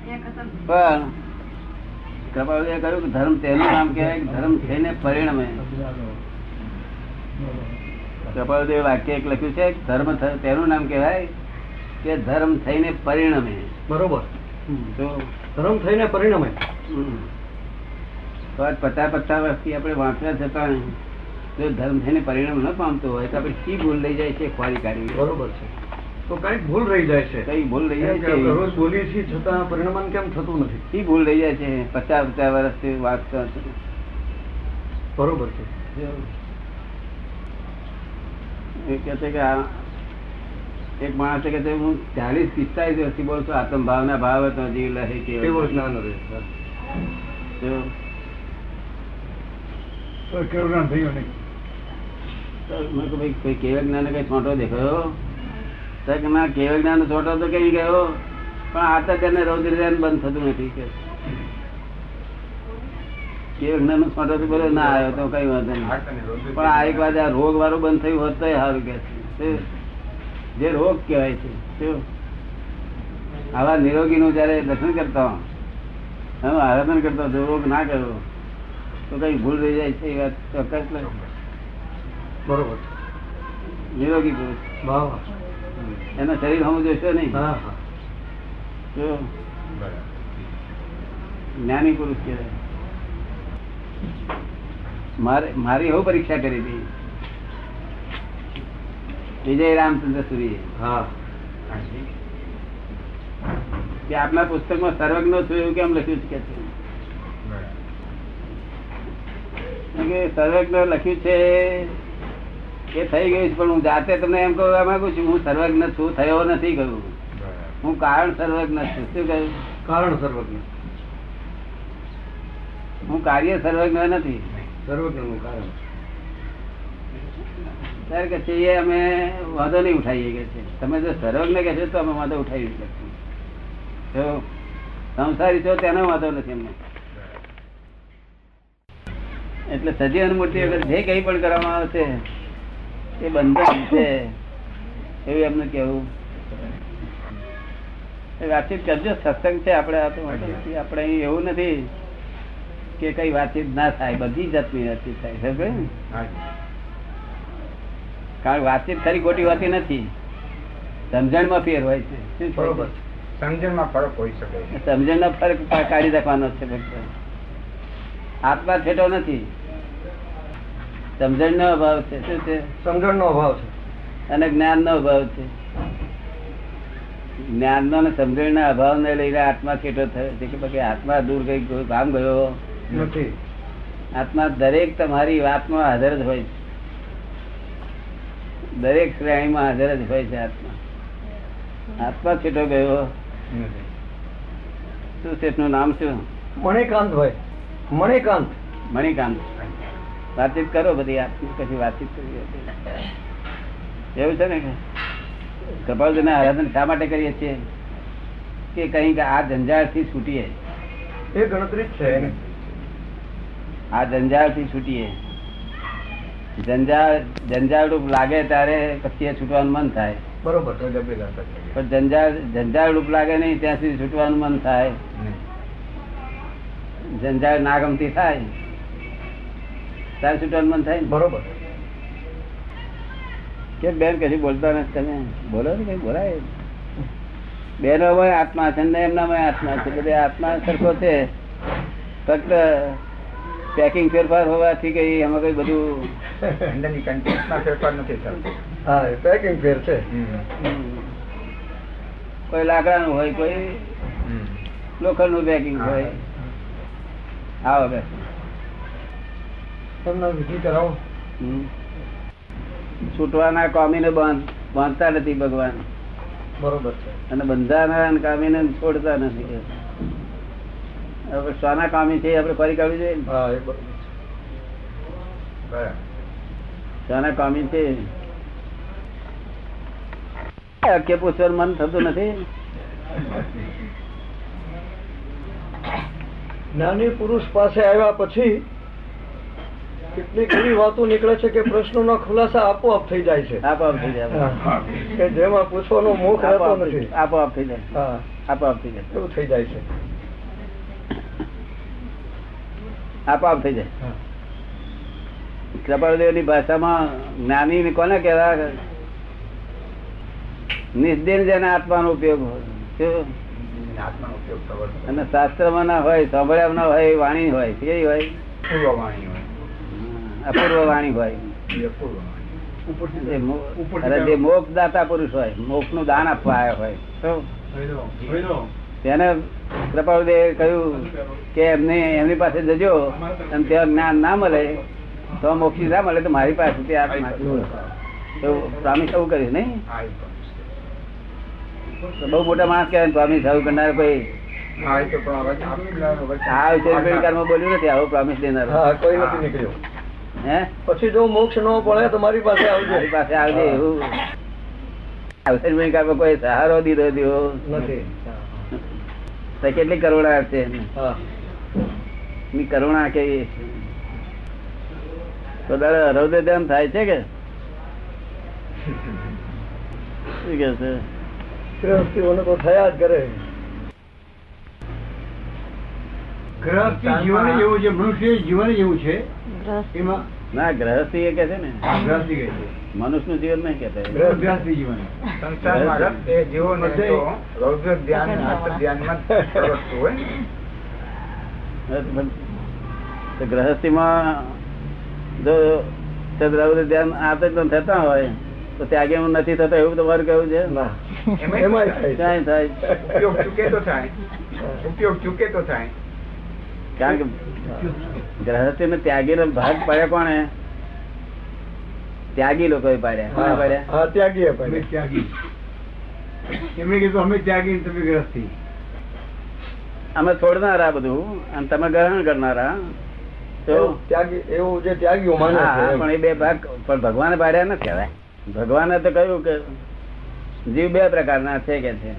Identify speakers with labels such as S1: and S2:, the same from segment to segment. S1: પણ કપાળુએ કહ્યું કે ધર્મ તેનું નામ કહેવાય કે ધર્મ થઈને પરિણમે કપાળુદેવ વાક્ય એક લખ્યું છે કે ધર્મ થ- તેનું નામ કહેવાય કે ધર્મ થઈને પરિણમે
S2: બરોબર
S1: તો
S2: ધર્મ થઈને પરિણમે
S1: હમ. તો આજ પચાસ પચાસ વર્ષથી આપણે વાંચ્યા છતાં જો ધર્મ થઈને પરિણામ ન પામતો હોય તો આપણે શી ભૂલ લઈ જાય છે ખ્વારી કાઢી
S2: બરોબર છે તો કઈક ભૂલ રહી જાય છે
S1: કઈ ભૂલ લઈ જાય
S2: કેમ કે આપણે
S1: છે
S2: રોજ બોલીએ છીએ છતાં પરિણમન કેમ થતું નથી
S1: શી ભૂલ લઈ જાય છે પચાસ પચાસ વર્ષથી વાંચતા છે
S2: બરોબર છે
S1: એ કહે છે કે આ એક માણસ કહે છે હું ચાલીસ પિસ્તાલીસ વર્ષથી બોલું છું આત્મ ભાવના ભાવ હતો જીવ લહે
S2: કેવું
S1: કેવળ.
S2: જ્ઞાન રહે
S1: તો તો મેં કહ્યું ભાઈ કોઈ કેવળ જ્ઞાન કઈ છોટો દેખાયો તો કે ના કેવળ જ્ઞાન છોટો તો કઈ ગયો પણ આ તો તેને રૌદ્ર ધ્યાન બંધ થતું નથી કે કેવળ જ્ઞાન છોટો તો બોલ્યો ના આવ્યો તો કઈ વાંધો નહીં પણ આ એક વાત આ રોગ વાળું બંધ થયું હોત તોય સારું કે છે. શું? જે રોગ કહેવાય છે શું? આવા નિરોગીનું જ્યારે દર્શન કરતા હો, એનું આરાધન કરતા હો, જો રોગ ના કર્યો તો કઈ ભૂલ રહી જાય છે એ વાત ચોક્કસ ને.
S2: બરોબર છે
S1: નિરોગી પુરુષ
S2: વાહ વાહ
S1: એના શરીર હમ જોશો નહીં
S2: હા હા
S1: શું? જ્ઞાની પુરુષ કહેવાય મારે મારી એવું પરીક્ષા કરી હતી વિજય રામચંદ્ર સુરીએ
S2: હા
S1: કે આપના પુસ્તકમાં સર્વજ્ઞ છું એવું કેમ લખ્યું છે કે છે? કારણ કે સર્વજ્ઞ લખ્યું છે એ થઈ ગયું છે પણ હું જાતે તમને એમ કહું માંગુ છું હું સર્વજ્ઞ છું થયો નથી કહ્યું હું કારણ સર્વજ્ઞ છું શું કહ્યું
S2: કારણ સર્વજ્ઞ
S1: હું કાર્ય સર્વજ્ઞ નથી
S2: સર્વજ્ઞનું કારણ
S1: ત્યારે કે છે એ અમે વાંધો નહીં ઉઠાવીએ કે છે તમે જો સર્વજ્ઞ કે છો તો અમે વાંધો ઉઠાવી શકીએ જો સંસારી છો તેનો વાંધો નથી અમને એટલે સજીવન મૂર્તિ વગર જે કંઈ પણ કરવામાં આવશે એ બંધન છે એવું એમનું કહેવું એ વાતચીત કરજો સત્સંગ છે આપણે આ તો વાંધો નથી. આપણે અહીં એવું નથી કે કઈ વાતચીત ના થાય બધી જાતની વાતચીત થાય સમજ્યો ને? કારણ કે વાતચીત ખરી ખોટી હોતી નથી સમજણમાં ફેર હોય છે શું છે?
S2: બરોબર છે
S3: સમજણમાં ફરક હોઈ શકે છે.
S1: સમજણનો ફરક પા- કાઢી નાખવાનો છે ફક્ત આત્મા છેટો નથી સમજણનો અભાવ છે શું છે
S2: સમજણનો અભાવ છે
S1: અને જ્ઞાનનો અભાવ છે જ્ઞાનનો અને સમજણના અભાવને લઈને આત્મા છેટો થયો છે કે બાકી આત્મા દૂર ગઈ કોઈ કામ ગયો
S2: નથી
S1: આત્મા દરેક તમારી વાતમાં હાજર જ હોય છે દરેક શ્રેણીમાં હાજર જ હોય છે આત્મા આત્મા છેટો ગયો
S3: નથી.
S1: શું શેઠનું નામ શું
S2: મણિકાંત ભાઈ મણિકાંત
S1: મણિકાંત વાતચીત કરો બધી આપની પછી વાતચીત કરીએ એવું છે ને કે કપાળજીને આરાધન શા માટે કરીએ છીએ કે કંઈક આ જંજાળથી છૂટીએ
S2: એ ગણતરી જ છે એની.
S1: આ જંજાળથી છૂટીએ જંજાળ જંજાળરૂપ લાગે ત્યારે પછી એ છૂટવાનું મન થાય
S2: બરોબર
S3: તો ડબલ અસર થઈ ગઈ.
S1: પણ જંજાળ જંજાળરૂપ લાગે નહીં ત્યાં સુધી છૂટવાનું મન થાય જંજાળ ના ગમતી થાય ત્યારે છૂટવાનું મન થાય ને?
S2: બરોબર
S1: કેમ બેન કશું બોલતા નથી તમે બોલો ને કઈ બોલાય બેનો હોય આત્મા છે ને એમનામાંય આત્મા છે બધે આત્મા સરખો છે ફક્ત પેકિંગ ફેરફાર હોવાથી કઈ એમાં કઈ બધું
S3: અંદરની contentમાં ફેરફાર નથી થતો.
S2: હા એ પેકિંગ ફેર છે
S1: હમ, કોઈ લાકડાનું હોય કોઈ લોખંડનું પેકિંગ હોય આવો બેસ
S2: તમને વિધિ કરાવો
S1: હમ. છૂટવાના કામીને બાંધ બાંધતા નથી ભગવાન
S2: બરોબર છે
S1: અને બંધાના અને કામીને છોડતા નથી હવે શાના કામી છે એ આપણે ફરી કાઢવી જોઈએ ને.
S2: હા એ બરોબર
S3: બરાબર.
S1: શાના કામી છે અટકે પૂછવાનું મન થતું નથી
S2: જ્ઞાની પુરુષ પાસે આવ્યા પછી કેટલીક એવી વાતો નીકળે છે કે પ્રશ્નોના ખુલાસા આપોઆપ થઈ જાય છે
S1: આપોઆપ થઈ જાય
S2: હા. કે જેમાં પૂછવાનો મોખ રહેતો
S1: આપોઆપ થઈ
S2: નથી
S1: જાય. આપોઆપ થઈ જાય
S2: હા
S1: આપોઆપ થઈ જાય
S2: એવું થઈ જાય છે
S1: આપોઆપ થઈ જાય કૃપાળદેવની ભાષામાં જ્ઞાની ને કોને કહેવાય નિસ્દિન જેને આત્માનો ઉપયોગ હોય શું?
S3: આત્માનો ઉપયોગ સર્વત્ર.
S1: અને શાસ્ત્રમાં ના હોય સાંભળ્યા ના હોય એ વાણી હોય કેવી હોય
S3: પૂર્વ વાણી હોય
S1: અપૂર્વ વાણી હોય
S3: એ પૂર્વ વાણી.
S1: જે મો- અરે જે મોક્ષ દાતા પુરુષ હોય મોક્ષ નું દાન આપવા આવ્યો હોય શું? તેને કૃપાળદેવે કહ્યું કે એમને એમની પાસે જજો અને ત્યાં જ્ઞાન ના મળે તો મોક્ષી ના મળે તો મારી પાસે તે આત્મા છે. એવું પ્રોમિસ એવું કર્યું નહીં
S3: આ એ પણ છે.
S1: તો બહુ મોટા માણસ કહેવાય પ્રોમિસ આવું કરનાર કોઈ
S3: હા, એ તો પણ હવે આપણા વચ્ચે-
S1: આ વિચાર પ્રકારમાં બોલ્યું નથી આવું પ્રોમિસ દેનાર
S2: હા કોઈ નથી નીકળ્યો
S1: હે
S2: પછી જો મોક્ષ ન પડે તો મારી પાસે આવજે
S1: મારી પાસે આવજે એવું અવસર ભૂમિકામાં કોઈ સહારો દીધો દીધો
S2: નથી
S1: તો કેટલી કરુણા છે
S2: હા
S1: એની કરુણા કેવી છે? તો દાદા હૃદયધ્યાન થાય છે કે શું કે છે
S2: ગ્રહસ્થીઓને તો થયા જ કરે
S4: ગ્રહસ્થી જીવન જ એવું છે મનુષ્ય જીવન જ એવું છે એમાં
S1: ના ગ્રહસ્થી એ કે છે ને
S4: ગ્રહસ્થી કહે છે
S1: મનુષ્યનું જીવન નહીં કહેતા
S4: ગ્રહસ્થી જીવન
S3: સંસારમાં રસ એ જીવોને તો રૌદ્ર ધ્યાન અને આત્મ ધ્યાનમાં જ પ્રવર્તતું હોય ને.
S1: તો ગ્રહસ્થીમાં જો ચંદ્રાવૃત્તિ ધ્યાન આતંક થતા હોય તો ત્યાગે હું નથી થતો એવું તમારું કેવું છે
S2: ના
S3: એમાંય
S2: એમાંય થાય.
S1: ક્યાંય થાય
S3: ઉપયોગ ચૂકે તો થાય ઉપયોગ ચૂકે તો થાય
S1: કારણ કે ગ્રહસ્થી ને ત્યાગી નો ભાગ પડ્યો કોને ત્યાગી લોકો પાડ્યા કોને
S2: હા,
S1: પાડ્યા
S2: હા ત્યાગીએ
S4: અમે
S2: પડ્યા
S4: ત્યાગી એમણે કીધું અમે ત્યાગી ને તમે ગ્રહસ્થી
S1: અમે છોડનારા બધું અને તમે ગ્રહણ કરનારા તો
S2: એવું ત્યાગી એવું જે ત્યાગીઓ માને
S1: હા
S2: છે
S1: હા,
S2: એમ.
S1: પણ એ બે ભાગ પણ ભગવાને પાડ્યા નથી કહેવાય ભગવાને તો કહ્યું કે જીવ બે પ્રકારના છે કે છે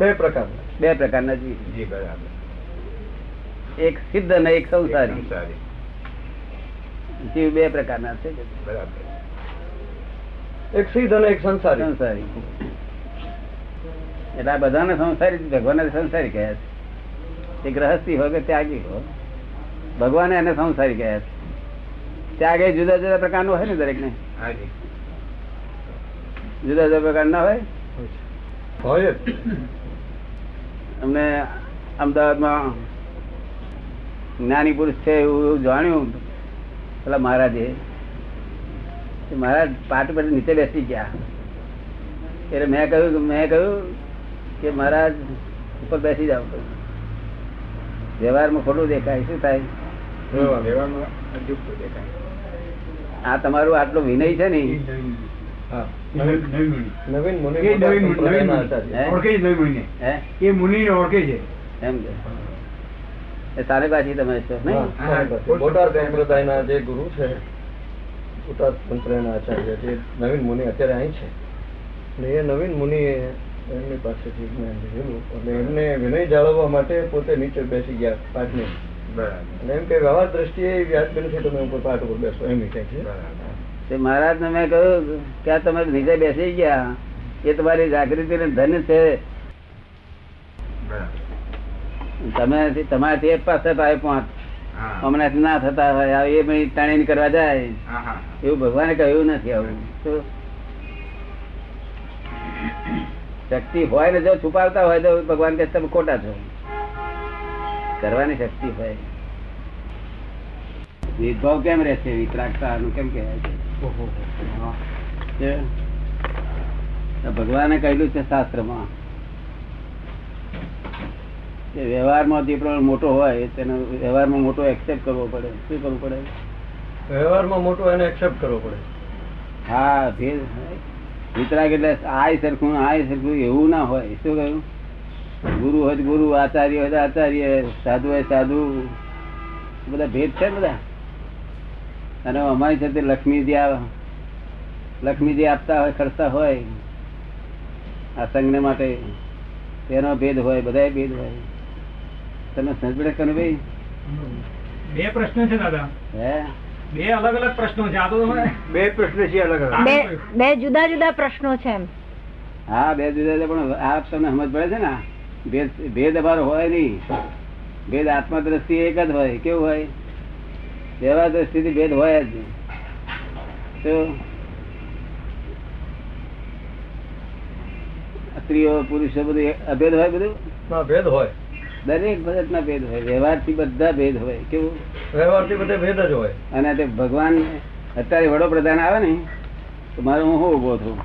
S2: બે પ્રકારના
S1: બે પ્રકારના જીવ
S3: જી બરાબર
S1: એક સિદ્ધ અને એક સંસારી
S3: સંસારી.
S1: જીવ બે પ્રકારના છે કે છે?
S3: બરાબર
S2: એક સિદ્ધ અને એક સંસારી
S1: સંસારી એટલે આ બધાને સંસારી જ ભગવાને સંસારી કહ્યા છે એ ગ્રહસ્થી હોય કે ત્યાગી હો ભગવાને એને સંસારી કહ્યા છે ત્યાગ એ જુદા જુદા પ્રકારનો હોય ને દરેકને
S3: હા જી
S1: જુદા જુદા પ્રકારના હોય
S2: હોય જ
S1: અમને અમદાવાદમાં જ્ઞાની પુરુષ છે એવું જાણ્યું પેલા મહારાજે તે મહારાજ પાટ પર નીચે બેસી ગયા એટલે મેં કહ્યું કે- મેં કહ્યું કે મહારાજ ઉપર બેસી જાવ વ્યવહારમાં ખોટું દેખાય શું થાય
S3: લેવામાં અજુગતું દેખાય
S1: આ તમારું આટલો વિનય છે ને
S4: એ નવીન
S2: હા
S4: નવીન મુનિ.
S2: નવીન મુનિ
S4: એ
S2: મોટા
S4: નવીન મુનિ નવીન મુનિ.
S2: સંપ્રદાયના આચાર્ય.
S1: હે?
S4: ઓળખે છે નવીન મુનિને.
S1: હે
S4: એ મુનિને ઓળખે છે
S1: એમ કે એ સારી પાછી તમે છો
S2: હા,
S1: નહીં
S2: બરાબર છે. મોટા સંપ્રદાયના જે ગુરુ છે મોટા સંપ્રદાયના આચાર્ય જે નવીન મુનિ અત્યારે અહીં છે ને એ નવીન મુનિએ એમની પાસેથી જ્ઞાન લીધેલું અને એમને વિનય જાળવવા માટે પોતે નીચે બેસી ગયા પાઠને
S3: બરાબર
S2: અને એમ કે વ્યવહાર દ્રષ્ટિએ વ્યાજ નથી તમે ઉપર પાઠ ઉપર બેસો એમ કહે છે
S3: બરાબર
S1: તે મહારાજને મેં કહ્યું કે આ તમે નીચે બેસી ગયા એ તમારી જાગૃતિ ને ધન છે
S3: બરાબર
S1: તમે તમારાથી એક પાસે ભાઈ પહોંચ
S3: હા
S1: હમણાંથી ના થતા હોય હવે એ ભાઈ તાણીને કરવા જાય
S3: હા હા
S1: એવું ભગવાને કહ્યું નથી આવું શું? શક્તિ હોય ને જો છુપાવતા હોય તો ભગવાન કહે તમે ખોટા છો કરવાની શક્તિ હોય વિભાવ કેમ રહેશે વિતરાગતા કેમ કહેવાય છે છે. તો ભગવાને કહ્યું છે શાસ્ત્રમાં કે વ્યવહારમાં જે પ્રમાણે મોટો હોય તેનો વ્યવહારમાં મોટો એક્સેપ્ટ કરવો પડે શું કરવું પડે
S2: વ્યવહારમાં મોટો એને એક્સેપ્ટ કરવો પડે
S1: હા ભેદ વિતરાગ એટલે આય સરખું આય સરખું એવું ના હોય શું કહ્યું ગુરુ હોય તો ગુરુ આચાર્ય હોય તો આચાર્ય સાધુ હોય સાધુ બધા ભેદ છે ને બધા અને અમારી સાથે લક્ષ્મીજી આ લક્ષ્મીજી આપતા હોય ખર્ચતા હોય આ સંઘને માટે તેનો ભેદ હોય બધાય ભેદ હોય તમે સંજોડે કરો ભાઈ
S5: બે પ્રશ્ન છે દાદા
S1: હે
S5: બે અલગ અલગ પ્રશ્નો છે આ તો તમે
S4: બે પ્રશ્ન છે અલગ અલગ
S6: બે બે જુદા જુદા પ્રશ્નો છે એમ
S1: હા બે જુદા જુદા પણ આ તમને સમજ પડે છે ને આ? ભેદ ભેદ અમારો હોય નહીં ભેદ આત્મા દ્રષ્ટિ એક જ હોય કેવું હોય વ્યવહાર દ્રષ્ટિથી ભેદ હોય જ નહીં તો સ્ત્રીઓ પુરુષો બધું એ- અભેદ હોય બધું
S2: ના, ભેદ હોય
S1: દરેક ભગતના ભેદ હોય વ્યવહારથી બધા ભેદ હોય કેવું
S2: વ્યવહારથી બધે ભેદ જ હોય
S1: અને તે ભગવાન અત્યારે વડોપ્રધાન આવે ને તો મારે હું હું ઉભો થઉં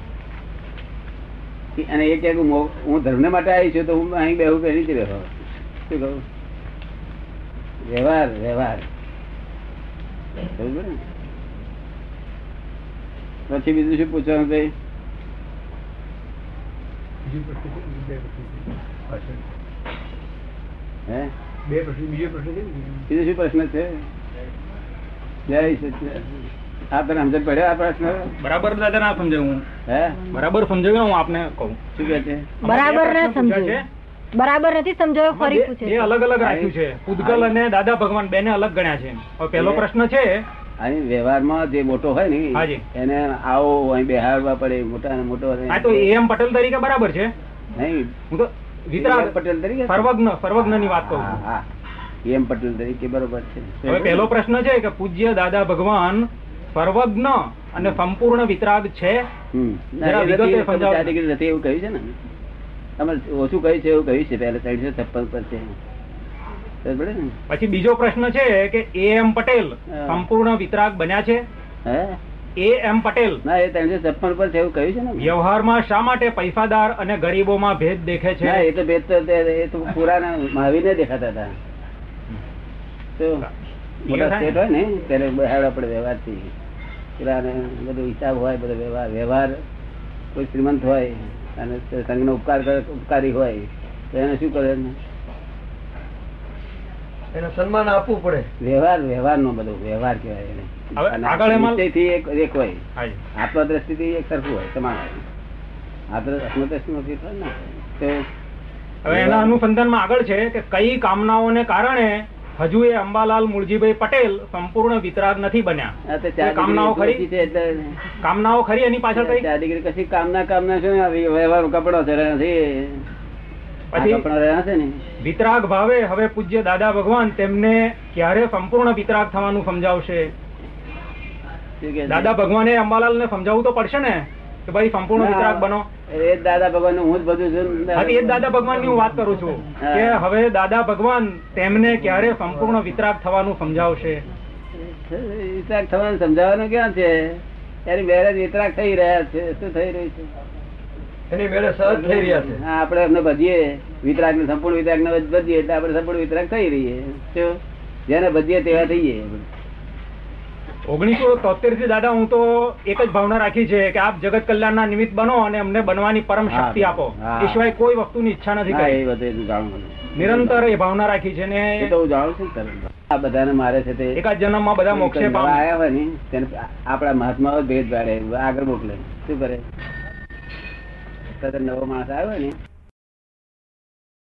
S1: કે- અને એ કહે કે હું હું ધર્મને માટે આવી છું તો હું અહીં બેહું કે અહીં જ બેહું શું કહું વ્યવહાર વ્યવહાર સમજ્યો ને? પછી બીજું શું પૂછવાનું ભાઈ
S4: બીજી પ્રશ્ન છે, બીજી બે પ્રશ્ન છે.
S1: હે
S4: બે પ્રશ્ન બીજો પ્રશ્ન છે ને?
S1: બીજો શું પ્રશ્ન છે જય સચ્ચિદાનંદ. આ તને સમજણ પડ્યો આ પ્રશ્ન
S5: બરાબર દાદા ના સમજાવું હું.
S1: હે
S5: બરાબર સમજાવ્યું હું આપને કહું
S1: શું કે છે
S6: બરાબર ના
S5: આમાં બે પ્રશ્ન પૂછ્યા
S6: સમજાયું. બરાબર નથી સમજાયો
S5: આમાં
S6: ફરી
S5: બે-
S6: પૂછે
S5: બે
S6: છે.
S5: અલગ અલગ રાખ્યું છે પૂતગલ અને દાદા ભગવાન બેને અલગ ગણ્યા છે હવે પહેલો
S1: બે.
S5: પ્રશ્ન છે
S1: અહીં વ્યવહારમાં જે મોટો હોય ને
S5: હાજી.
S1: એને આવો અહીં બેહાડવા પડે મોટા ને મોટો
S5: આ તો એ એમ પટેલ તરીકે બરાબર છે
S1: નહીં
S5: હું તો વિતરા
S1: AM પટેલ તરીકે
S5: સર્વજ્ઞ સર્વજ્ઞ ની વાત કહું
S1: હા,
S5: છું.
S1: હા. AM પટેલ તરીકે બરોબર છે
S5: હવે પહેલો પ્રશ્ન છે કે પૂજ્ય દાદા ભગવાન સર્વજ્ઞ અને સંપૂર્ણ વિતરાગ છે
S1: હમ. ના, એ
S5: જરા વિગતે
S1: નથી, તમે
S5: સમજાવો.
S1: ચાર ડિગ્રી નથી એવું કહ્યું છે ને તમે ઓછું કહ્યું છે એવું કહ્યું છે પહેલા ત્રણસો છપ્પન પર છે ખબર પડે ને
S5: પછી બીજો પ્રશ્ન છે કે એ એમ પટેલ
S1: હા.
S5: સંપૂર્ણ વિતરાગ બન્યા છે
S1: હે
S5: એ એમ પટેલ
S1: ના એ ત્રણસો છપ્પન પર છે એવું કહ્યું છે ને
S5: વ્યવહારમાં શા માટે પૈસાદાર અને ગરીબોમાં ભેદ દેખે છે
S1: ના એ તો ભેદ તો તે- એ તો પુરાના મહાવીરને દેખાતા હતા તો મોટા સ્ટેટ હોય ને ત્યારે બહાર આપણે વ્યવહારથી પેલાને બધો હિસાબ હોય બધો વ્યવહાર વ્યવહાર કોઈ શ્રીમંત હોય અને તે સંઘનો ઉપકાર કરે ઉપકારી હોય તો એને શું કરે ને?
S2: એને સન્માન આપવું પડે
S1: વ્યવહાર વ્યવહારનો બધો વ્યવહાર કહેવાય એને
S5: હવે
S1: અને
S5: આગળ એમાં-
S1: નિશ્ચયથી એક એક હોય
S5: હા જી.
S1: આત્મદ્રષ્ટિથી એક સરખું હોય સમાન હોય આત્મ આત્મદ્રષ્ટિમાં ફેરફાર ના થાય.
S5: હવે એના અનુસંધાનમાં આગળ છે કે કઈ કામનાઓને કારણે હજુ એ અંબાલાલ મુળજીભાઈ પટેલ સંપૂર્ણ વિતરાગ નથી બન્યા
S1: તો આ તો ચાર
S5: કામનાઓ ખરી?
S1: ડિગ્રી છે એટલે
S5: કામનાઓ ખરી એની પાછળ કઈ
S1: ચાર ડિગ્રી કશી કામના કામના છે ને આ વ્યવહારનો કપડો છે નથી આ
S5: પછી?
S1: કપડાં રહ્યા છે ને
S5: વિતરાગ ભાવે હવે પૂજ્ય દાદા ભગવાન તેમને ક્યારે સંપૂર્ણ વિતરાગ થવાનું સમજાવશે
S1: શું કે છે?
S5: દાદા ભગવાને અંબાલાલને સમજાવવું તો પડશે ને કે ભાઈ સંપૂર્ણ
S1: ના,
S5: વિતરાગ બનો
S1: એ જ દાદા ભગવાન હું જ બધું છું ને.
S5: હા, તો એ જ દાદા ભગવાનની હું વાત કરું છું
S1: હા.
S5: કે હવે દાદા ભગવાન તેમને ક્યારે સંપૂર્ણ વિતરાગ થવાનું સમજાવશે
S1: વિતરાગ થવાનું સમજાવવાનું ક્યાં છે એની બેરેજ વિતરાગ થઈ રહ્યા છે શું થઈ રહ્યું છે
S2: એની મેળે સહજ થઈ રહ્યા છે
S1: હા, આપણે એમને ભજીએ વિતરાગ ને સંપૂર્ણ વિતરાગ ને ભજીએ એટલે આપણે સંપૂર્ણ વિતરાગ થઈ રહીએ શું? જેને ભજીએ તેવા થઈએ
S5: ઓગણીસો તોતેર થી દાદા હું તો એક જ ભાવના રાખી છે કે આપ જગત કલ્યાણના નિમિત્ત બનો અને અમને બનવાની પરમ
S1: હા,
S5: શક્તિ આપો
S1: હા.
S5: એ સિવાય કોઈ વસ્તુની ઈચ્છા નથી
S1: હા, એ
S5: કરી
S1: બધું હું જાણું છું.
S5: નિરંતર એ ભાવના રાખી છે
S1: એ
S5: ને
S1: તો હું જાણું છું ને તરત. આ બધાને મારે છે તે
S5: એકાદ જન્મમાં બધા મોક્ષે
S1: નવા
S5: પામે
S1: આયા હોય ને તેને આપણા મહાત્માઓ જ ભેદ પાડે, આગળ મોકલે શું કરે અત્યારે નવો માણસ આવ્યો હોય ને